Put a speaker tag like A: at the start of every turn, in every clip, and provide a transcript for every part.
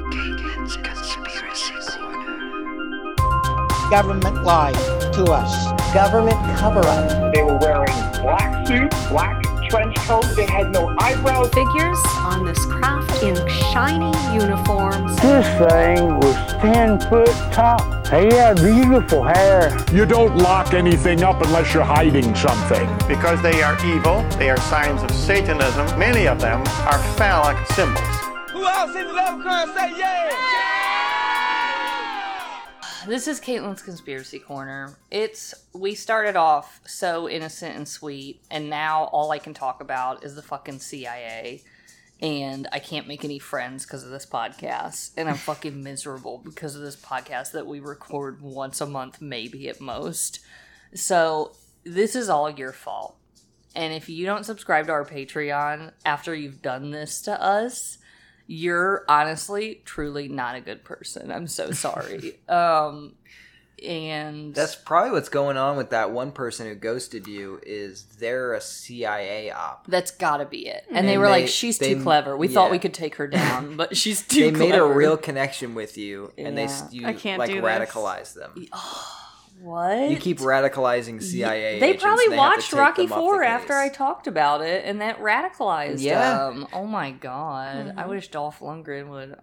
A: Cons- Conspiracy Corner.
B: government lied to us.
C: government cover-up.
D: They were wearing black suits, black trench coats. They had no eyebrows.
E: figures on this craft in shiny uniforms.
F: This thing was 10 foot tall. He had beautiful hair.
G: You don't lock anything up unless you're hiding something.
H: Because they are evil, they are signs of Satanism. Many of them are phallic symbols.
I: This is Caitlin's Conspiracy Corner. It's we started off so innocent and sweet, and now all I can talk about is the fucking CIA. And I can't make any friends because of this podcast. And I'm fucking miserable because of this podcast that we record once a month, maybe at most. So this is all your fault. And if you don't subscribe to our Patreon after you've done this to us, you're honestly truly not a good person. I'm so sorry. um and
C: That's probably what's going on with that one person who ghosted you. Is they're a CIA op?
I: that's gotta be it. And, they
C: And
I: were
C: they-
I: like, She's
C: they-
I: too clever. We thought we
C: yeah.
I: could take her down, but she's too
C: They made a
I: clever."
C: real connection with you, and they s- you
J: I can't
C: like
J: do this.
C: radicalize them.
I: what?
C: You keep radicalizing CIA.
I: oh, They
C: agents,
I: probably
C: and have to
I: watched
C: take
I: Rocky
C: them off the
I: Four after I
C: case.
I: talked about it, and that radicalized
C: Yeah.
I: them. Oh my god! I wish Dolph Lundgren would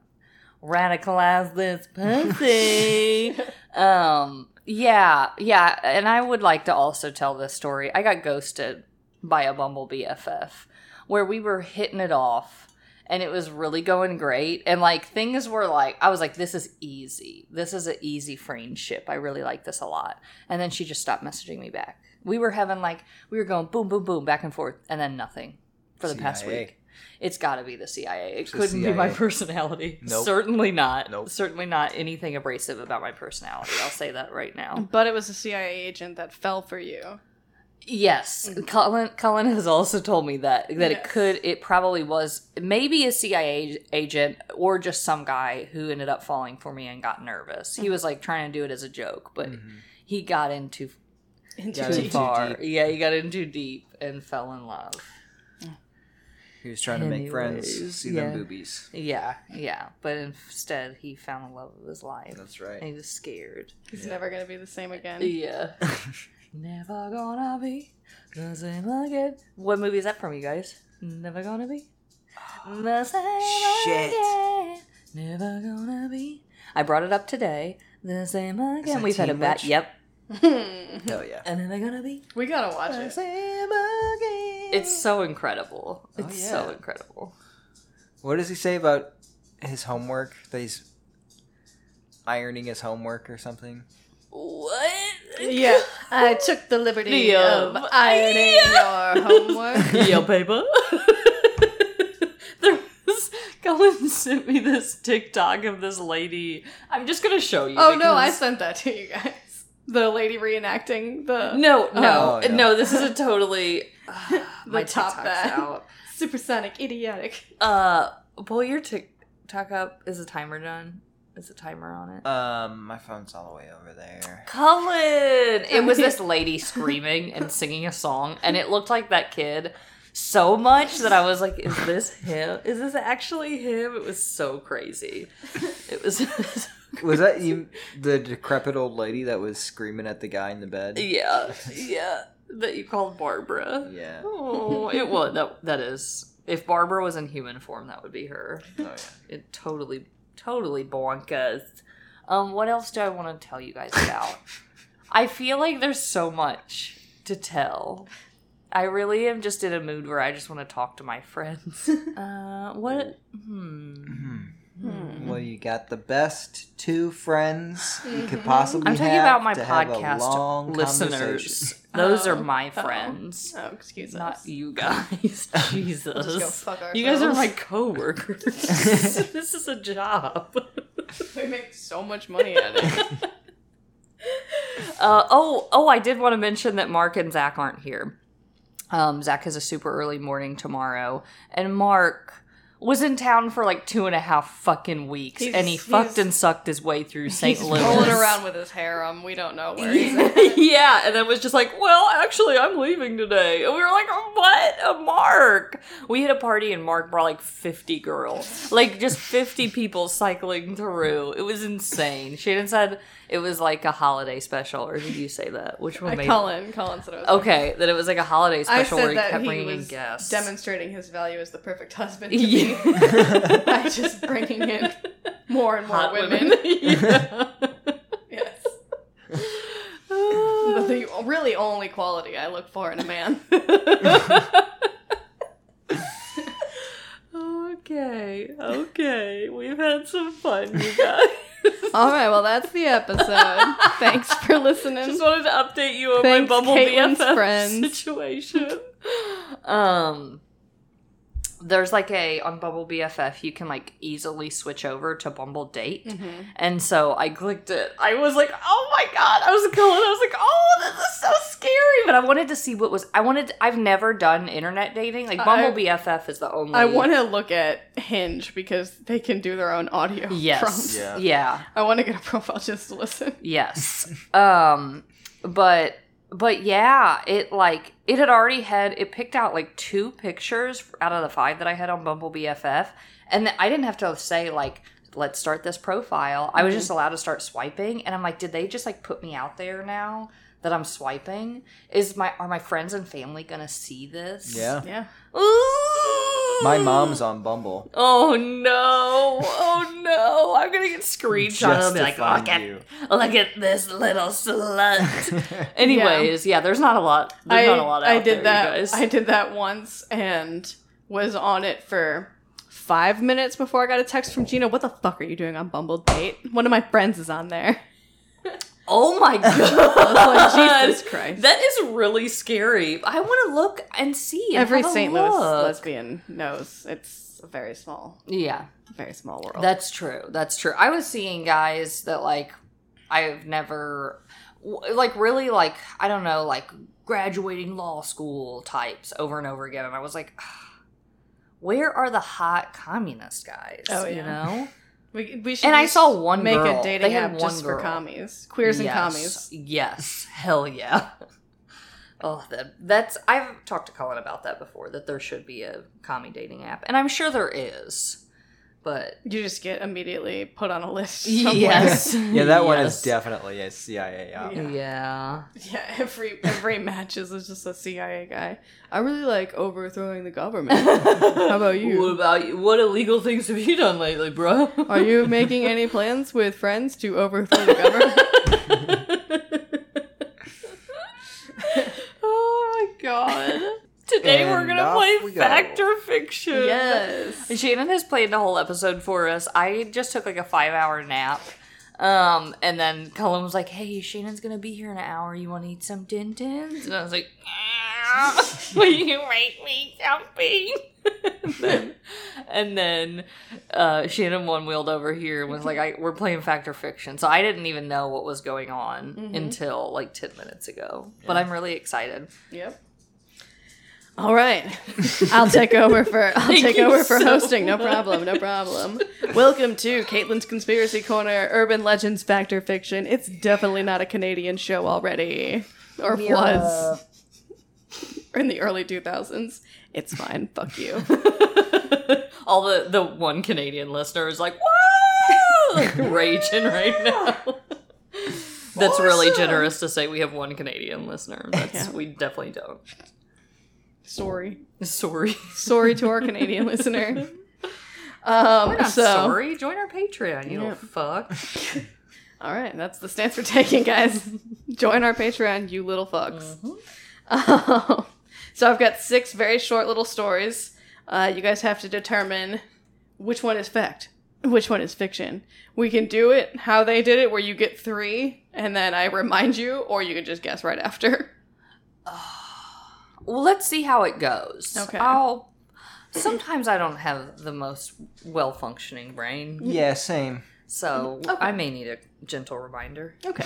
I: radicalize this pussy. um, yeah, yeah, and I would like to also tell this story. I got ghosted by a Bumblebee FF, where we were hitting it off and it was really going great. And like things were like, I was like, this is easy. This is an easy friendship. I really like this a lot. And then she just stopped messaging me back. We were having like, we were going boom, boom, boom, back and forth, and then nothing for the past
C: CIA.
I: week. It's got to be the CIA. It
C: the
I: couldn't be my
C: CIA.
I: personality.
C: Nope.
I: Certainly not.
C: Nope.
I: Certainly not anything abrasive about my personality. I'll say that right now.
J: But it was a CIA agent that fell for you.
I: Yes, Cullen, Cullen has also told me that that it
J: Mm. Yes.
I: could, it probably was maybe a CIA agent or just some guy who ended up falling for me and got nervous.
J: Mm-hmm.
I: He was like trying to do it as a joke, but he got in too,
J: Into
C: Mm-hmm. Got
I: too
C: in too
I: far.
C: deep.
I: Yeah, he got in too deep and fell in love.
C: He was trying to make friends,
I: Anyways,
C: see
I: yeah.
C: them boobies.
I: Yeah, yeah, but instead he found the love of his life.
C: That's right.
I: He was scared.
J: He's never gonna be the same again.
I: Yeah. Never gonna be the same again. What movie is that from, you guys? Never gonna be the same
C: Shit.
I: again. Never gonna be. I brought it up today. The same again.
C: that
I: We've had a
C: Teen
I: bat.
C: Witch?
I: Yep.
C: Hell yeah.
I: And never gonna be
J: We gotta watch
C: Sam
J: it.
C: again.
I: It's so incredible.
C: Oh,
I: It's so
C: yeah.
I: incredible.
C: What does he say about his homework? That he's ironing his homework or something?
I: What?
J: Yeah, I took the liberty
I: Yeah.
J: of ironing your homework.
I: Yo, paper. there was Colin sent me this TikTok of this lady. I'm just gonna show you.
J: Oh no, I
I: because-
J: sent that to you guys. The lady reenacting the
I: No, no,
C: Oh, yeah.
I: no. This is a totally uh,
J: the top
I: TikTok's
J: that
I: out.
J: supersonic idiotic.
I: Uh, pull your TikTok up. Is the timer done? Is the timer on it?
C: Um, my phone's all the way over there.
I: Colin. It was this lady screaming and singing a song, and it looked like that kid so much that I was like, "Is this him? Is this actually him?" It was so crazy. It was.
C: Was that you, the decrepit old lady that was screaming at the guy in the bed?
I: Yeah, yeah. That you called Barbara.
C: Yeah. Oh,
I: Oh, it was. That, that is. If Barbara was in human form, that would be her.
C: yeah.
I: It totally, totally bonkers. Um, what else do I want to tell you guys about? I feel like there's so much to tell. I really am just in a mood where I just want to talk to my friends. Uh, what? Hmm.
C: Well, you got the best two friends you could possibly.
I: Mm-hmm. I'm talking
C: have
I: about my
C: to have a
I: podcast
C: long
I: listeners. Those are
J: Oh.
I: my
J: Oh.
I: friends.
J: Oh, excuse us.
I: Not you guys. Jesus.
J: just go fuck
I: you guys are
J: ourselves.
I: my coworkers. this is a job.
J: We make so much money at it.
I: Uh, oh, oh, I did want to mention that Mark and Zach aren't here. Um, Zach has a super early morning tomorrow, and Mark was in town for like two and a half fucking weeks,
C: He's-
I: and he
C: he's-
I: fucked and sucked his way through St.
C: He's
I: Louis.
C: rolling around with his harem. We don't know where he's at.
I: yeah, and then was just like, well, actually, I'm leaving today. And we were like, what? A mark. We had a party and Mark brought like 50 girls, like just 50 people cycling through. It was insane. Shannon said it was like a holiday special, or did you say that? Which one?
C: Uh,
I: made-
C: Colin. Colin said it was
I: Okay, that it was like a holiday
C: I
I: special where
C: said
I: he
C: that
I: kept
C: he
I: bringing in
C: was
I: guests.
C: demonstrating his value as the perfect husband to me
I: Yeah.
C: by just bringing in more and more
I: Hot
C: women.
I: Yeah.
C: yes.
I: Uh.
C: But the really only quality I look for in a man.
I: okay, okay. We've had some fun, you guys.
C: All right, well, that's the episode. Thanks for listening.
I: Just wanted to update you on
C: Um, Thanks,
I: my Bumble
C: Caitlin's
I: BFF
C: friends.
I: situation. um, there's like a on Bumble BFF you can like easily switch over to Bumble Date,
C: Mm-hmm.
I: and so I clicked it. I was like, oh my god! I was going. I was like, oh, this is so scary. But I wanted to see what was. I wanted. I've never done internet dating. Like Bumble
C: I-
I: BFF is the only.
C: I want to look at Hinge because they can do their own audio.
I: Yes.
C: prompts.
K: Yeah.
I: Yeah.
C: I want to get a profile just to listen.
I: Yes. um but but yeah, it like it had already had it picked out like two pictures out of the five that I had on Bumble BFF and th- I didn't have to say like let's start this profile. I was
K: Mm-hmm.
I: just allowed to start swiping and I'm like did they just like put me out there now that I'm swiping? Is my are my friends and family going to see this?
K: Yeah.
C: Yeah.
I: Ooh.
K: My mom's on Bumble.
I: Oh no! Oh no! I'm gonna get screenshot and be like,
K: Justify
I: look at,
K: you."
I: look at this little slut. Anyways, yeah. there's not a lot. There's
C: I,
I: not a lot out
C: I did
I: there,
C: that.
I: you guys.
C: I did that once and was on it for five minutes before I got a text from Gina. What the fuck are you doing on Bumble Date? One of my friends is on there.
I: oh my
C: I was like,
I: god!
C: Oh, Jesus Christ.
I: that is really scary. I want to look and see. and
C: Every
I: have a
C: St. Louis
I: look.
C: lesbian knows it's a very small,
I: Yeah,
C: very small world.
I: That's true. That's true. I was seeing guys that like I've never w- like really like I don't know like graduating law school types over and over again, and I was like, where are the hot communist guys?
C: Oh,
I: You
C: yeah.
I: know,
C: we, we should
I: and I
C: just
I: saw one
C: make
I: girl.
C: a dating
I: They had one
C: app just for
I: girl.
C: commies, queers and
I: yes.
C: commies.
I: Yes, hell yeah. Oh, that, that's I've talked to Colin about that before. That there should be a commie dating app, and I'm sure there is, but
C: You just get immediately put on a list. Somewhere.
I: Yes.
K: Yeah, that one is
I: Yes.
K: definitely a CIA op.
C: Yeah.
I: Yeah.
C: Yeah, every every match is just a CIA guy. I really like overthrowing the government. How about
I: What
C: you?
I: about you? What illegal things have you done lately, bro?
C: Are you making any plans with friends to overthrow the government?
I: oh my god. Today we're
K: And
I: gonna
K: off
I: play
K: we go.
I: fact or fiction.
C: yes.
I: Shannon has played the whole episode for us. I just took like a five hour nap. Um, and then Cullen was like, Hey, Shannon's gonna be here in an hour. You wanna eat some din tins? And I was like, "Ah, Will you make me something? and then, and then uh, Shannon one wheeled over here and was like, I, We're playing fact or fiction. So I didn't even know what was going on until like 10 minutes ago. But I'm really excited.
C: Yep. All right. I'll take over for I'll
I: Thank
C: take
I: you
C: over for
I: so
C: hosting. No problem. No problem. Welcome to Caitlin's Conspiracy Corner: Urban Legends, Fact or Fiction. It's definitely not a Canadian show already, or was in the early 2000s. It's fine. Fuck you.
I: All the, the one Canadian listener is like, whoa! Like raging right now. That's really generous to say we have one Canadian listener. That's,
C: Yeah.
I: We definitely don't.
C: Sorry.
I: Sorry.
C: Sorry to our Canadian listener. Um,
I: We're not
C: so,
I: sorry. Join our Patreon, you
C: Yeah.
I: little fuck.
C: All right, that's the stance we're taking, guys. Join our Patreon, you little fucks. so I've got six very short little stories. Uh, you guys have to determine which one is fact, which one is fiction. We can do it how they did it, where you get three, and then I remind you, or you can just guess right after.
I: Well, let's see how it goes.
C: Okay.
I: I'll. Sometimes I don't have the most well functioning brain,
K: Yeah, same.
I: so I may need a gentle reminder.
C: Okay.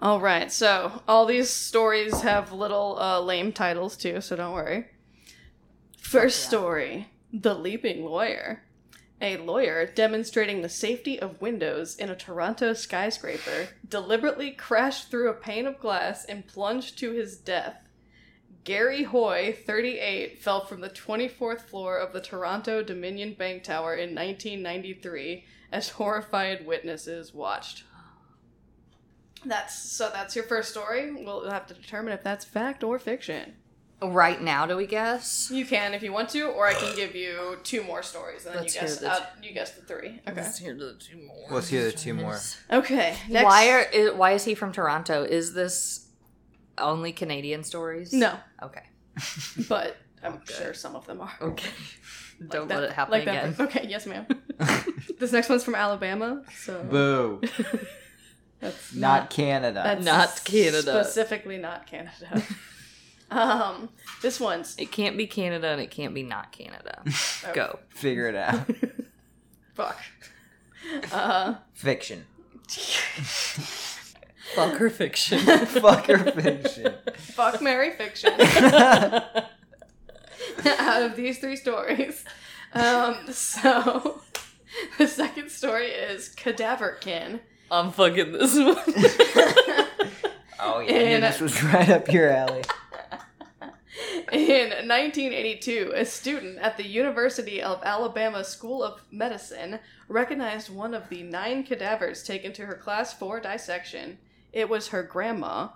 C: All right. So all these stories have little uh, lame titles too, so don't worry. First story
J: The Leaping Lawyer. A lawyer demonstrating the safety of windows in a Toronto skyscraper deliberately crashed through a pane of glass and plunged to his death. Gary Hoy, 38, fell from the 24th floor of the Toronto Dominion Bank Tower in 1993 as horrified witnesses watched. That's so that's your first story. We'll have to determine if that's fact or fiction.
I: Oh, Right now, do we guess?
J: You can if you want to, or I can give you two more stories and then
I: Let's
J: you
I: hear
J: guess
I: this.
J: uh, you guess the three. Okay.
I: Let's hear the two more.
C: Let's hear the two more.
J: Okay. Next.
I: Why are i- why is he from Toronto? Is this only Canadian stories?
J: no?
I: Okay.
J: But I'm sure some of them are.
I: Okay. Don't
J: That-
I: let it happen
J: like that
I: again.
J: per- Okay. Yes, ma'am. this next one's from Alabama, so
C: Boo.
J: that's
C: Not Canada.
J: that's
I: Not Canada.
J: Specifically, not Canada. um, this one's
I: It can't be Canada and it can't be not Canada. Go.
C: Figure it out.
J: fuck. Uh,
C: Fiction.
I: Fuck or fiction.
C: Fucker fiction.
J: fuck Mary fiction. Out of these three stories, um, so the second story is Cadaverkin.
I: I'm fucking this one.
C: Oh yeah, I knew
J: And-
C: this was right up your alley.
J: In 1982, a student at the University of Alabama School of Medicine recognized one of the nine cadavers taken to her class for dissection. It was her grandma,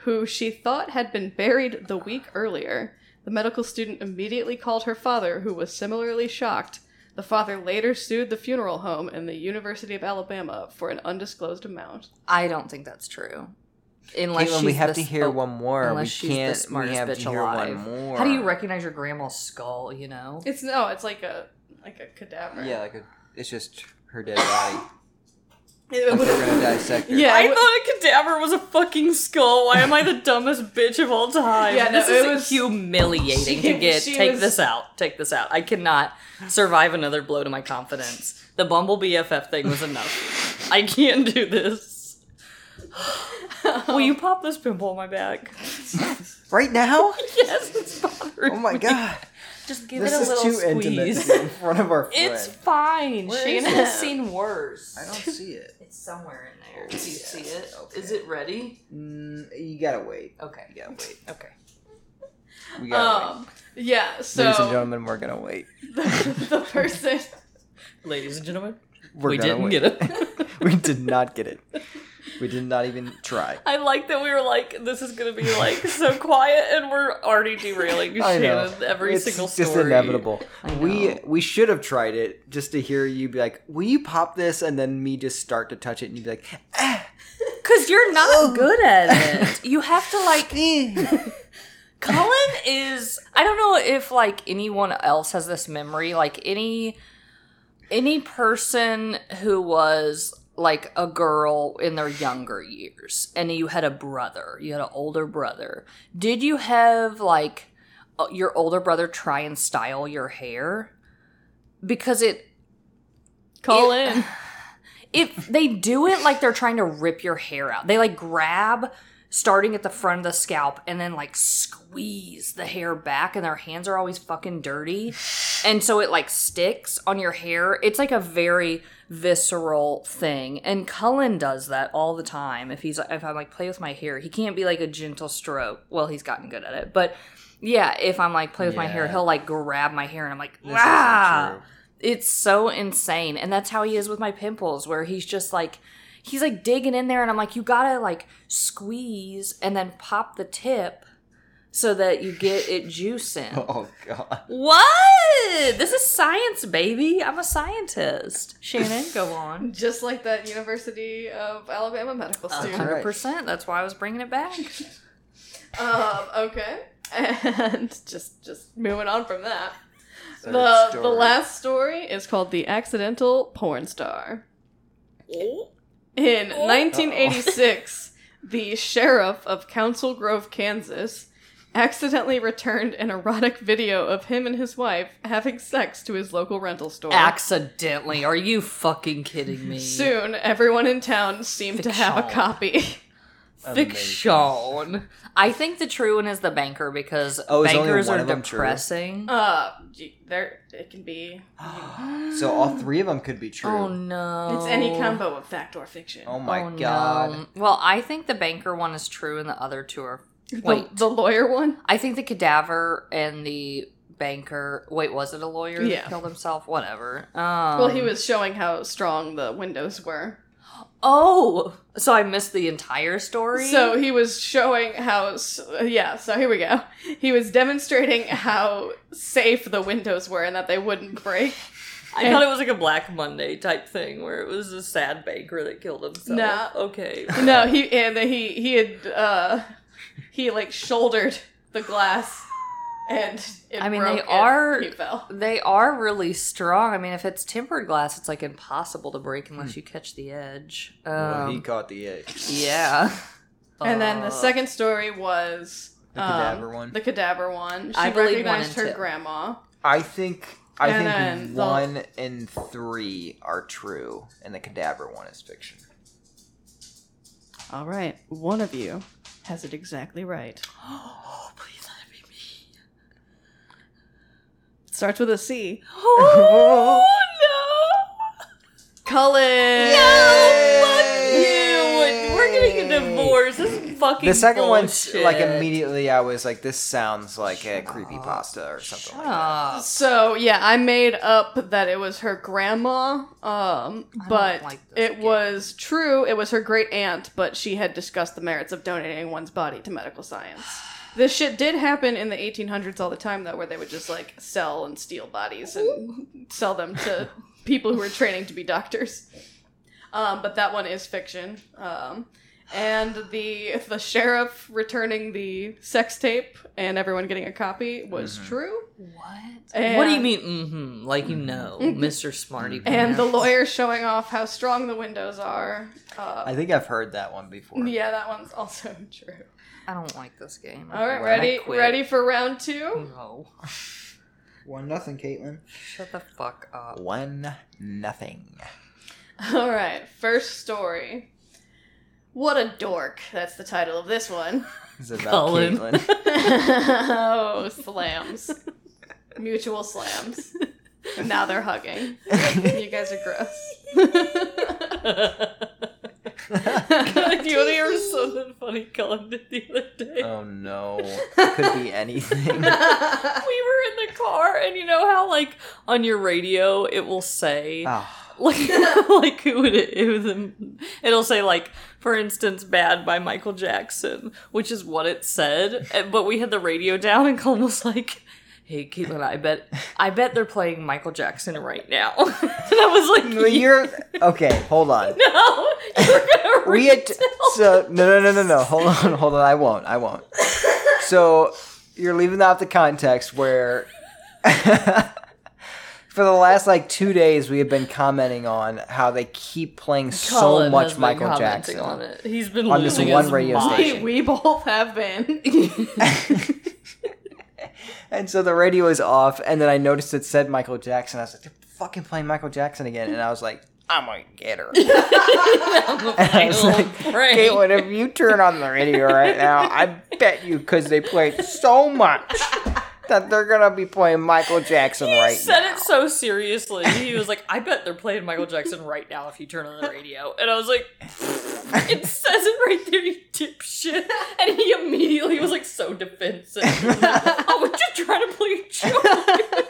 J: who she thought had been buried the week earlier. The medical student immediately called her father, who was similarly shocked. The father later sued the funeral home and the University of Alabama for an undisclosed amount.
I: I don't think that's true. Unless
C: Caitlin,
I: she's
C: we have
I: the-
C: to hear
I: oh,
C: one more. We
I: Unless she's the
C: can't. We
I: smartest
C: have to
I: bitch
C: hear
I: alive.
C: one more.
I: How do you recognize your grandma's skull? You know.
J: It's no, it's like a like a cadaver.
C: Yeah, like a, it's just her dead body.
J: It
C: We're
J: was-
C: gonna dissect her.
J: Yeah, it
I: I
J: wa-
I: thought a cadaver was a fucking skull. Why am I the dumbest bitch of all time?
J: Yeah, no,
I: this is
J: it was-
I: humiliating
J: She-
I: to get.
J: she
I: Take
J: was-
I: this out. Take this out. I cannot survive another blow to my confidence. The Bumble BFF thing was enough. I can't do this. Will you pop this pimple on my back?
C: Right now?
I: Yes, it's bothering
C: Oh my
I: me.
C: god.
I: Just give
C: this
I: it a
C: is
I: little
C: too
I: squeeze.
C: intimate in front of our friend.
I: It's fine.
C: Where
I: Shane
C: is
I: has seen worse.
C: I don't see it.
I: It's somewhere in there. Do you see it? Is it ready?
C: Mm, you gotta wait.
I: Okay.
C: You gotta wait.
I: Okay.
C: We gotta
J: Um, yeah, so
C: wait. Ladies and gentlemen, we're gonna wait.
J: the person
I: Ladies and gentlemen,
C: We're
I: we
C: gonna
I: didn't
C: wait.
I: get it.
C: we did not get it. We did not even try.
I: I like that we were like, this is gonna be like so quiet, and we're already derailing
C: I know.
I: Shannon every
C: it's
I: single story.
C: just inevitable.
I: I
C: We
I: know.
C: we should have tried it just to hear you be like, "Will you pop this?" and then me just start to touch it, and you'd be like, "Eh."
I: Because you're not good at it. You have to like. Colin is. I don't know if like anyone else has this memory. Like any any person who was like a girl in their younger years, and you had a brother, you had an older brother. Did you have like uh, your older brother try and style your hair? Because it
J: call
I: It-
J: in.
I: if they do it like they're trying to rip your hair out they like grab starting at the front of the scalp and then like squeeze the hair back and their hands are always fucking dirty and so it like sticks on your hair it's like a very visceral thing and cullen does that all the time if he's if i'm like play with my hair he can't be like a gentle stroke well he's gotten good at it but yeah if i'm like play with my hair
C: Yeah.
I: he'll like grab my hair and i'm like
C: "This
I: wow
C: isn't true."
I: it's so insane. And that's how he is with my pimples, where he's just like, he's like digging in there. And I'm like, you gotta like squeeze and then pop the tip so that you get it juicing.
C: Oh god.
I: what? This is science, baby. I'm a scientist. Shannon, go on.
J: Just like that University of Alabama medical
C: Uh,
J: student.
I: 100%. That's why I was bringing it back.
J: Um, okay. And just just moving on from that.
C: Third
J: The the
C: story.
J: last story is called The Accidental Porn Star. In 1986, the sheriff of Council Grove, Kansas, accidentally returned an erotic video of him and his wife having sex to his local rental store.
I: Accidentally. Are you fucking kidding me?
J: Soon, everyone in town seemed to have a
I: Fiction.
J: copy.
C: Amazing.
I: Fiction. I think the true one is the banker because
C: Oh, is only
I: bankers
C: one
I: are
C: of 'em true?
I: depressing.
J: Uh, gee, there it can be.
C: So all three of them could be true.
I: Oh no!
J: It's any combo of fact or fiction.
C: Oh my
I: Oh, no.
C: god.
I: Well, I think the banker one is true, and the other two are.
J: The-
I: Wait,
J: the lawyer one.
I: I think the cadaver and the banker. Wait, was it a lawyer
J: Yeah.
I: that killed himself? Whatever. Um,
J: Well, he was showing how strong the windows were.
I: Oh, so I missed the entire story.
J: So he was showing how, s- yeah, so here we go. He was demonstrating how safe the windows were and that they wouldn't break.
I: I thought it was like a Black Monday type thing where it was a sad banker that killed himself.
J: No.
I: Okay.
J: No, he, and he, he had, uh, he like shouldered the glass and it
I: I mean,
J: broke
I: they
J: and
I: are-
J: He fell.
I: They are really strong. I mean, if it's tempered glass, it's like impossible to break unless you catch the edge. Um,
C: Hmm. Well, Oh, he caught the egg.
I: yeah.
J: And then the
I: Uh,
J: second story was
C: The
J: um,
C: cadaver one.
J: The cadaver one. She
I: I believe one
J: recognized
I: and
J: her
I: two.
J: grandma.
C: I think I
J: And then
C: think
J: the-
C: one and three are true, and the cadaver one is fiction.
J: All right, one of you has it exactly right.
I: Oh, please let it be me.
J: It starts with a C.
I: Oh, no.
J: Cullen.
I: Ew, We're getting a divorce. This is fucking
C: The second one's
I: bullshit.
C: like immediately I was like, this sounds like a creepy pasta or something like that.
I: Uh,
J: So yeah, I made up that it was her grandma, um, but
I: like this
J: it was true. It was her great aunt, but she had discussed the merits of donating one's body to medical science. This shit did happen in the 1800s all the time, though, where they would just like sell and steal bodies and sell them to people who were training to be doctors. Um, but that one is fiction. Um, and the the sheriff returning the sex tape and everyone getting a copy was
C: Mm-hmm.
J: true.
I: what?
J: And-
I: what do you mean? Mm-hmm. Like you know, Mr. Smarty
J: And
I: Pants.
J: the lawyer showing off how strong the windows are. Uh,
C: I think I've heard that one before.
J: yeah, that one's also true.
I: I don't like this game.
J: All right,
I: I'm glad I
J: ready,
I: quit.
J: ready for round two.
I: No.
C: One nothing, Caitlin.
I: Shut the fuck up.
C: One nothing.
J: All right, first story. What a dork! That's the title of this one.
C: It's about
I: Colin.
C: Caitlin.
J: oh, slams, mutual slams. Now they're hugging. You guys are gross.
I: you want to hear something funny Colin did the other day?
C: oh no. Could be anything.
I: we were in the car, and you know how, like, on your radio, it will say,
C: Ah,
I: like, like who would it, who the, it'll say, like, for instance, Bad by Michael Jackson, which is what it said. and- But we had the radio down, and Colin was like, Hey Caitlin, I bet I bet they're playing Michael Jackson right now. and I was like,
C: well, you're okay. Hold on.
I: No, you're gonna
C: we
I: read
C: had so no no no no no. Hold on, hold on. I won't. I won't. So you're leaving out the context where for the last like two days we have been commenting on how they keep playing so
I: Colin has
C: much
I: been
C: Michael
I: commenting
C: Jackson.
I: on it. He's been
C: On this
I: losing
C: one
I: his
C: radio
I: mind.
C: station.
J: we both have been.
C: And so the radio is off, and then I noticed it said Michael Jackson. I was like, they're fucking playing Michael Jackson again, and I was like, I'm gonna get her. I was like,
I: Right.
C: Caitlin, if you turn on the radio right now, I bet you because they play it so much that they're gonna be playing Michael Jackson
I: He
C: right
I: said
C: now.
I: it so seriously. He was like, "I bet they're playing Michael Jackson right now if you turn on the radio." And I was like, "It says it right there, you dipshit!" And he immediately was like so defensive. He was like, oh, would you try to play a joke?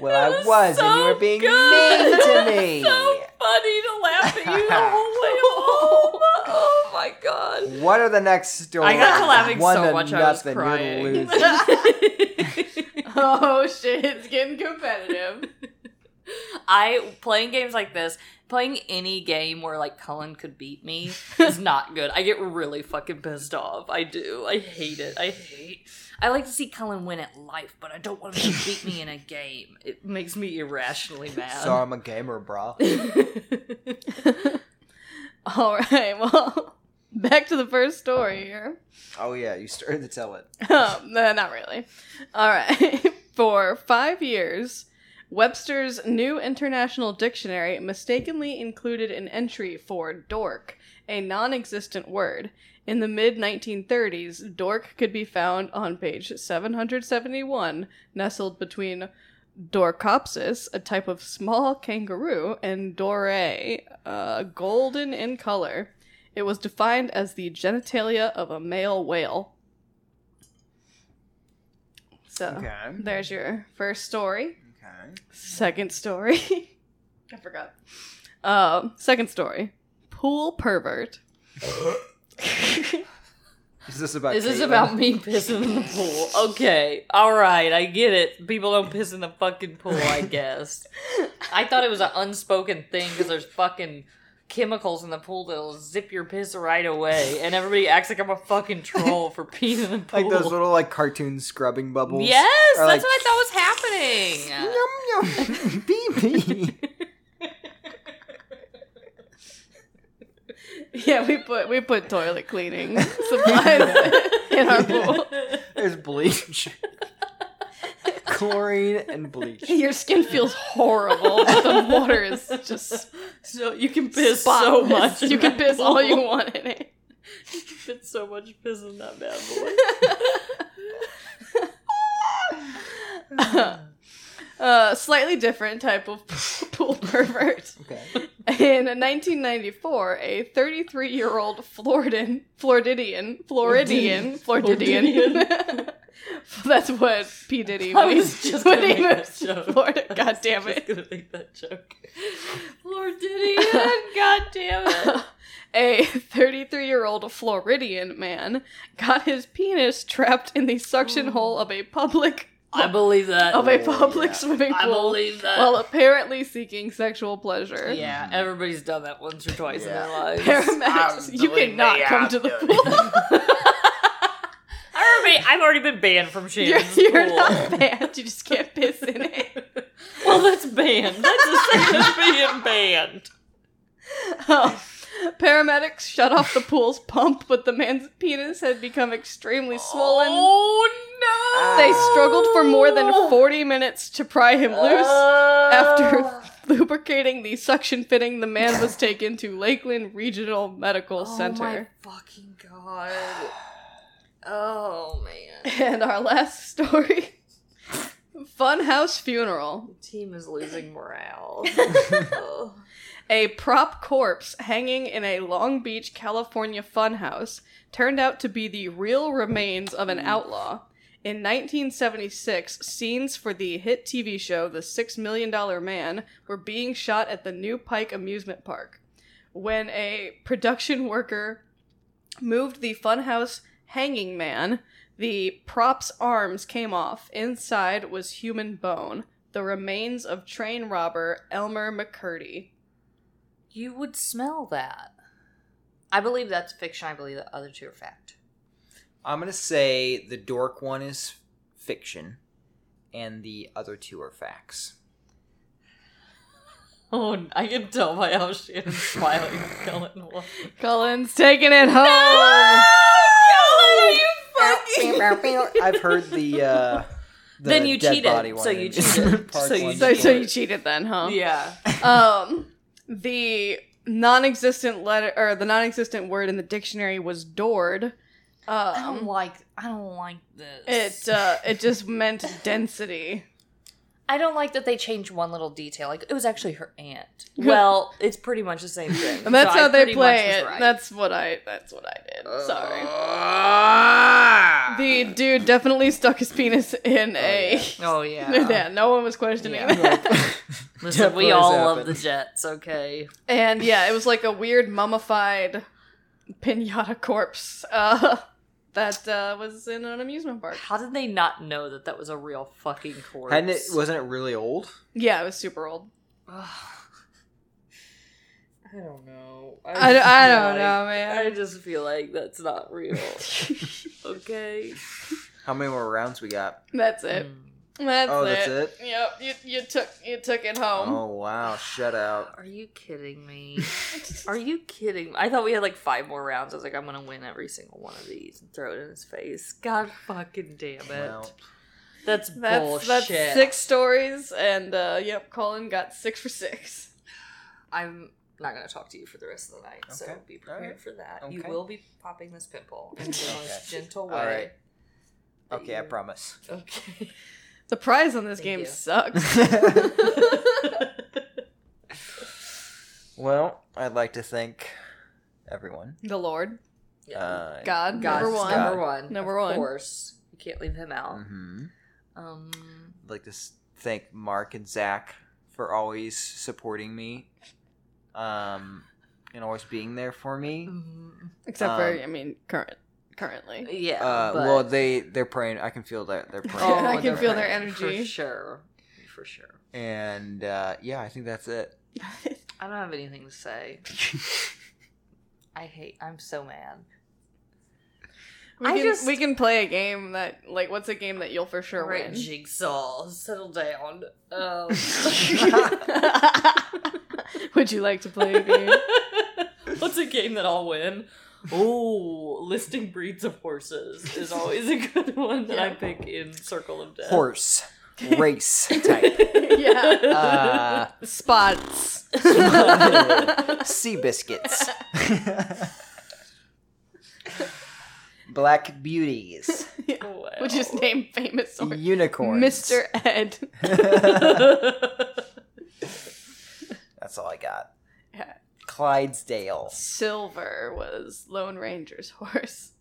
C: well, I
I: was
C: was, and you
I: so
C: were being
I: good.
C: mean to me.
I: so funny to laugh at you the whole way home. Oh my god!
C: What are the next stories?
I: I got to laughing
C: One
I: so
C: to
I: much I was
C: nothing.
I: crying.
C: You're losing.
J: oh shit, it's getting competitive.
I: I playing games like this, playing any game where like Cullen could beat me is not good. I get really fucking pissed off. I do. I hate it. I hate. I like to see Cullen win at life, but I don't want him to beat me in a game. It makes me irrationally
J: Um,
I: mad.
C: Sorry, I'm a gamer, bro.
J: All right, well, back to the first story here. Oh,
C: Oh yeah, you started to tell it.
J: Um, no, not really. All right. For five years, Webster's New International Dictionary mistakenly included an entry for dork, a non existent word. In the mid 1930s, dork could be found on page 771, nestled between Dorcopsis, a type of small kangaroo, and doré, uh, golden in color. It was defined as the genitalia of a male whale. So
C: Okay.
J: there's your first story.
C: Okay.
J: Second story. I forgot. Um, second story. Pool pervert.
C: Is this about?
I: Is this
C: Caitlyn?
I: about me pissing in the pool? Okay. All right. I get it. People don't piss in the fucking pool, I guess. I thought it was an unspoken thing because there's fucking chemicals in the pool that'll zip your piss right away. And everybody acts like I'm a fucking troll for peeing in the pool.
C: like those little like cartoon scrubbing bubbles?
I: yes.
C: Or,
I: That's what I
C: like,
I: thought was happening.
C: Yum yum. BB.
J: Yeah, we put we put toilet cleaning supplies in our pool.
C: There's bleach. Chlorine and bleach.
J: Your skin feels horrible. but the water is just
I: So you can piss so
J: spotless.
I: much. in
J: You can
I: that
J: piss all you
I: pool.
J: want in it.
I: You can fit so much piss in that bad boy.
J: Uh, slightly different type of pool pervert.
C: Okay.
J: In 1994, a 33 year old Floridan, Floridian, Floridian, Floridian. That's what P. Diddy
I: I was just
J: when
I: gonna
J: he
I: make that
J: moved to
I: joke.
J: Florida. God damn
I: I was
J: it.
I: gonna make that joke. Lord Diddy, God damn it.
J: A 33 year old Floridian man got his penis trapped in the suction hole of a public.
I: I believe that.
J: Of a public swimming
I: I
J: pool
I: believe that.
J: while apparently seeking sexual pleasure.
I: yeah, everybody's done that once or twice
C: Yeah.
I: in their lives.
J: Paramedics, you cannot come to the pool.
I: I already, I've already been banned from
J: You're,
I: Shannon's
J: you're
I: pool.
J: not banned. You just can't piss in it.
I: well, that's banned. That's the same as being banned.
J: Oh. Paramedics shut off the pool's pump, but the man's penis had become extremely swollen.
I: Oh
J: They struggled for more than 40 minutes to pry him loose.
I: Oh.
J: After lubricating the suction fitting, the man was taken to Lakeland Regional Medical Center.
I: Oh my fucking god. Oh man.
J: And our last story Funhouse Funeral.
I: The team is losing morale. Ugh.
J: A prop corpse hanging in a Long Beach, California funhouse turned out to be the real remains of an outlaw. In 1976, scenes for the hit TV show The Six Million Dollar Man were being shot at the New Pike Amusement Park. When a production worker moved the funhouse hanging man, the prop's arms came off. Inside was human bone, the remains of train robber Elmer McCurdy.
I: you would smell that. I believe that's fiction. I believe the other two are fact.
C: I'm gonna say the dork one is fiction, and the other two are facts.
I: Oh, I can tell by how Shannon's smiling. Cullen was.
C: Um,
J: Cullen's taking it home.
I: Ah,
C: I've heard the. Uh, the
I: Then you
C: dead
I: cheated.
C: body one
I: So you
C: and-
I: cheated.
C: Park
I: So you
C: one.
J: So, so you cheated then, huh?
I: Yeah.
J: Um, the non-existent letter or the non-existent word in the dictionary was "doored."
I: I don't
J: Um,
I: like. I don't like this.
J: it uh, it just meant density.
I: I don't like that they changed one little detail. Like it was actually her aunt. Well, it's pretty much the same thing.
J: And that's
I: So I
J: how they
I: pretty much
J: play
I: was
J: it.
I: right.
J: That's what I. That's what I did. Sorry. The dude definitely stuck his penis in a.
I: oh yeah.
J: Yeah, no one was questioning
I: Yeah.
J: that.
I: Listen, we
C: Definitely
I: all
C: has
I: love the
C: happened.
I: Jets, okay?
J: And yeah, it was like a weird mummified pinata corpse uh, that uh, was in an amusement park.
I: How did they not know that that was a real fucking corpse?
C: Hadn't it, wasn't it really old?
J: Yeah, it was super old.
I: Ugh. I don't know.
J: I,
I: just
J: I
I: feel
J: don't
I: like-
J: know, man.
I: I just feel like that's not real. okay. Hmm.
C: How many more rounds we got?
J: That's it. That's
C: Oh,
J: it.
C: that's
J: Yep, you, you took you took it home.
C: Oh wow, shut out.
I: Are you kidding me? Are you kidding? me? I thought we had like five more rounds. I was like, I'm gonna win every single one of these and throw it in his face. God fucking damn it!
C: Well,
I: That's,
J: That's,
I: Oh, bullshit.
J: that's six stories, and uh, yep, Colin got six for six.
I: I'm not going to talk to you for the rest of the night, so
C: Okay.
I: be prepared
C: Alright.
I: for that. You
C: Okay.
I: will be popping this pimple in the most gentle way.
C: Alright.
I: that
C: Okay, I
I: you-
C: promise.
I: Okay.
J: The prize on this
I: Thank
J: game
I: you.
J: sucks.
C: well, I'd like to thank everyone.
J: the Lord,
C: Uh,
J: God,
I: God's
J: number
I: number
J: one.
I: one. Number one.
J: Number
I: of
J: one. Mm-hmm.
I: course. You can't leave him out.
C: mhm.
I: Um,
C: I'd like to s- thank Mark and Zach for always supporting me, um, and always being there for me.
J: Mm-hmm. Except for,
C: Um,
J: I mean, current, currently.
I: eh, yeah.
C: Uh,
I: but-
C: well, they they're praying. I can feel that they're praying.
J: Oh, I can
I: they're
J: feel their
I: praying,
J: energy.
I: For sure. For sure.
C: And uh, yeah, I think that's it.
I: I don't have anything to say. I hate. I'm so mad.
J: We
I: I
J: can,
I: just-
J: we can play a game that, like, what's a game that you'll for sure
I: All right,
J: win?
I: Jigsaw, settle down. Um,
J: Would you like to play a game?
I: What's a game that I'll win? Oh, listing breeds of horses is always a good one that I pick in Circle of Death.
C: Horse race type.
J: yeah.
C: Uh,
J: Spots.
C: sea biscuits. Black beauties.
I: Wow.
J: Which is named famous or-
C: Unicorns.
J: Mr. Ed.
C: That's all I got.
J: Yeah.
C: Clydesdale.
J: Silver was Lone Ranger's horse.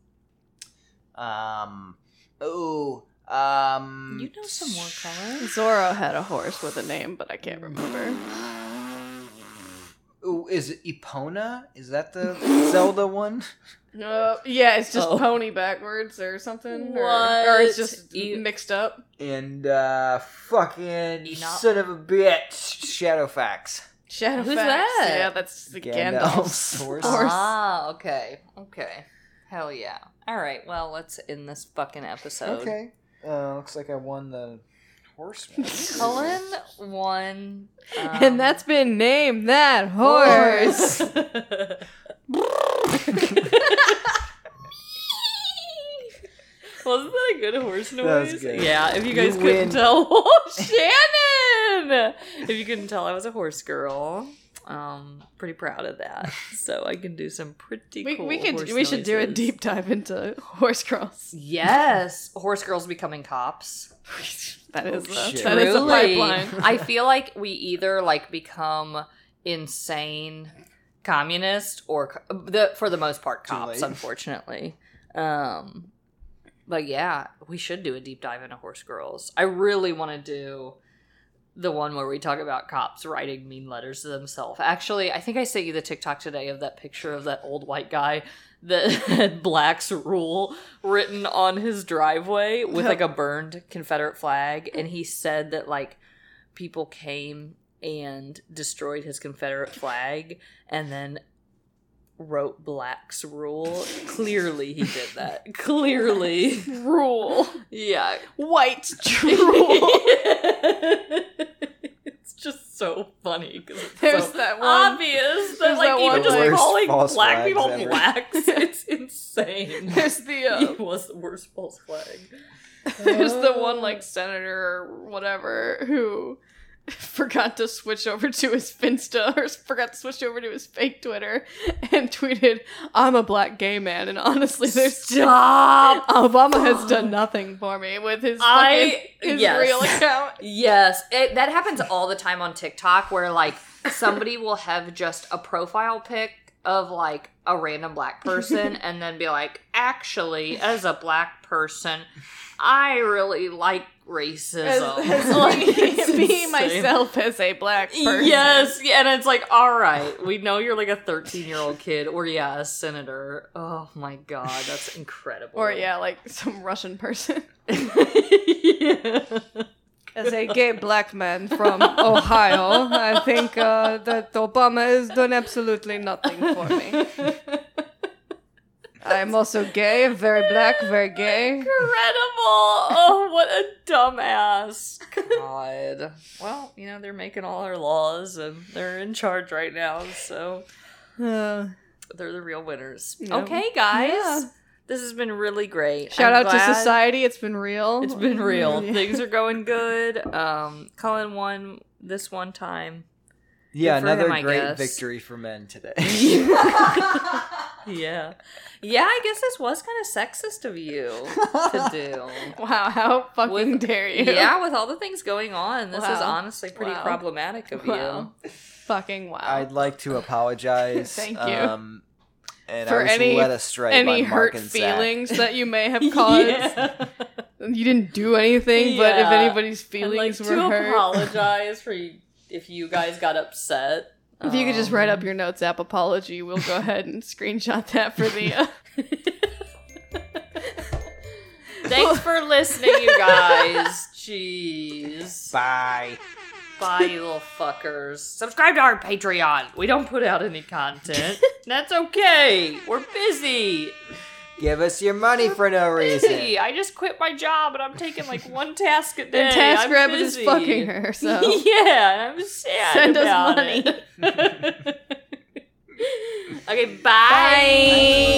C: Um. Oh. Um.
I: You know some more colors.
J: Zorro had a horse with a name, but I can't remember.
C: Ooh, is it Epona? Is that the Zelda one?
J: Uh, yeah, it's just
I: Oh.
J: pony backwards or something. or-
I: What?
J: Or, it's just
I: You-
J: mixed up.
C: And uh, fucking
I: Enoch.
C: son of a bitch, Shadowfax.
J: Shadowfax.
I: Who's that?
J: Yeah, that's the
C: Gandalf's
J: Gandalf's
C: horse.
J: horse.
I: Ah, okay. Okay. Hell yeah. All right. Well, let's end this fucking episode.
C: Uh, looks like I won the horse. one.
I: Cullen won. um,
J: and that's been named that horse.
I: Wasn't that a good horse noise?
C: was good.
I: Yeah, if you guys couldn't
C: win.
I: tell, oh, Shannon! If you couldn't tell, I was a horse girl. Um, pretty proud of that. So I can do some pretty
J: we
I: cool.
J: we could
I: horse
J: we should do a
I: noises.
J: deep dive into horse girls.
I: Yes, horse girls becoming cops.
J: That is
C: Oh,
J: a,
C: shit.
J: that is a
I: Truly.
J: pipeline.
I: I feel like we either like become insane communist or co- the for the most part
C: Too
I: cops,
C: late.
I: unfortunately. Um, but yeah, we should do a deep dive into horse girls. I really want to do the one where we talk about cops writing mean letters to themselves. Actually, I think I sent you the TikTok today of that picture of that old white guy that had Black's Rule written on his driveway with like a burned Confederate flag. And he said that like people came and destroyed his Confederate flag and then wrote Black's Rule. Clearly, he did that. Clearly.
J: Rule.
I: Yeah.
J: White drool.
I: it's just so funny because it's
J: There's
I: so
J: that one.
I: obvious that
J: There's
I: like
J: that
I: even
J: one
I: just
C: Worst
I: calling
C: false
I: black
C: flags
I: people
C: ever.
I: blacks, it's insane.
J: There's the
I: he
J: uh,
I: was the worst false flag.
J: there's the one like senator or whatever who forgot to switch over to his Finsta or forgot to switch over to his fake Twitter and tweeted, "I'm a black gay man," and
I: Oh.
J: honestly, there's
I: Stop.
J: Obama has done nothing for me with his
I: I-
J: fucking, his
I: yes.
J: real account.
I: Yes, it, that happens all the time on TikTok where like somebody will have just a profile pic of like a random black person and then be like, actually, as a black person, I really like racism.
J: As, as
I: Like,
J: me,
I: it's
J: me
I: insane.
J: myself as a black person.
I: Yes, yeah, and it's like, all right, we know you're like a 13 year old kid, or yeah, a senator. Oh my god, that's incredible.
J: Or yeah, like some Russian person.
I: yeah.
J: As a gay black man from Ohio, I think uh, that Obama has done absolutely nothing for me. I'm also gay, very black, very gay.
I: incredible. Oh, what a dumbass. God. Well, you know, they're making all our laws and they're in charge right now, so
J: Uh,
I: Oh they're the real winners.
J: Yeah.
I: Okay, guys.
J: Yeah.
I: This has been really great.
C: Shout
I: I'm
C: out to
I: glad
C: society. It's been real.
I: It's been real.
C: Yeah.
I: Things are going good. Um, Colin won this one time.
L: Yeah,
I: Good for
L: another
I: him, I
L: great
I: guess.
L: victory for men today.
I: Yeah. Yeah, I guess this was kind of sexist of you to do.
C: Wow, how fucking dare you?
I: Yeah, with all the things going on, this is
C: Wow.
I: honestly pretty
C: Wow.
I: problematic of
C: Wow. Fucking wow.
L: I'd like to apologize.
C: Thank you.
L: Um, and
C: For
L: I was
C: any-
L: led astray by
C: Any
L: Mark
C: hurt
L: and Zach.
C: feelings that you may have
I: you.
C: caused.
I: Yeah.
C: You didn't do anything, but if
I: Yeah.
C: anybody's
I: I'd like
C: feelings
I: to
C: were hurt,
I: apologize for you, if you guys got upset.
C: if you could just write
I: Um,
C: up your notes app apology, we'll go ahead and screenshot that for the. Uh,
I: Thanks for listening, you guys. Jeez.
M: Bye.
I: Bye, you little fuckers. Subscribe to our Patreon. We don't put out any content. That's okay. We're busy.
L: Give us your money for no reason.
I: Busy. I just quit my job and I'm taking like one task a day.
C: and Task
I: I'm
C: Rabbit
I: busy.
C: is fucking her, so
I: yeah, and I'm sad.
C: send us
I: about
C: money.
I: it. okay, bye.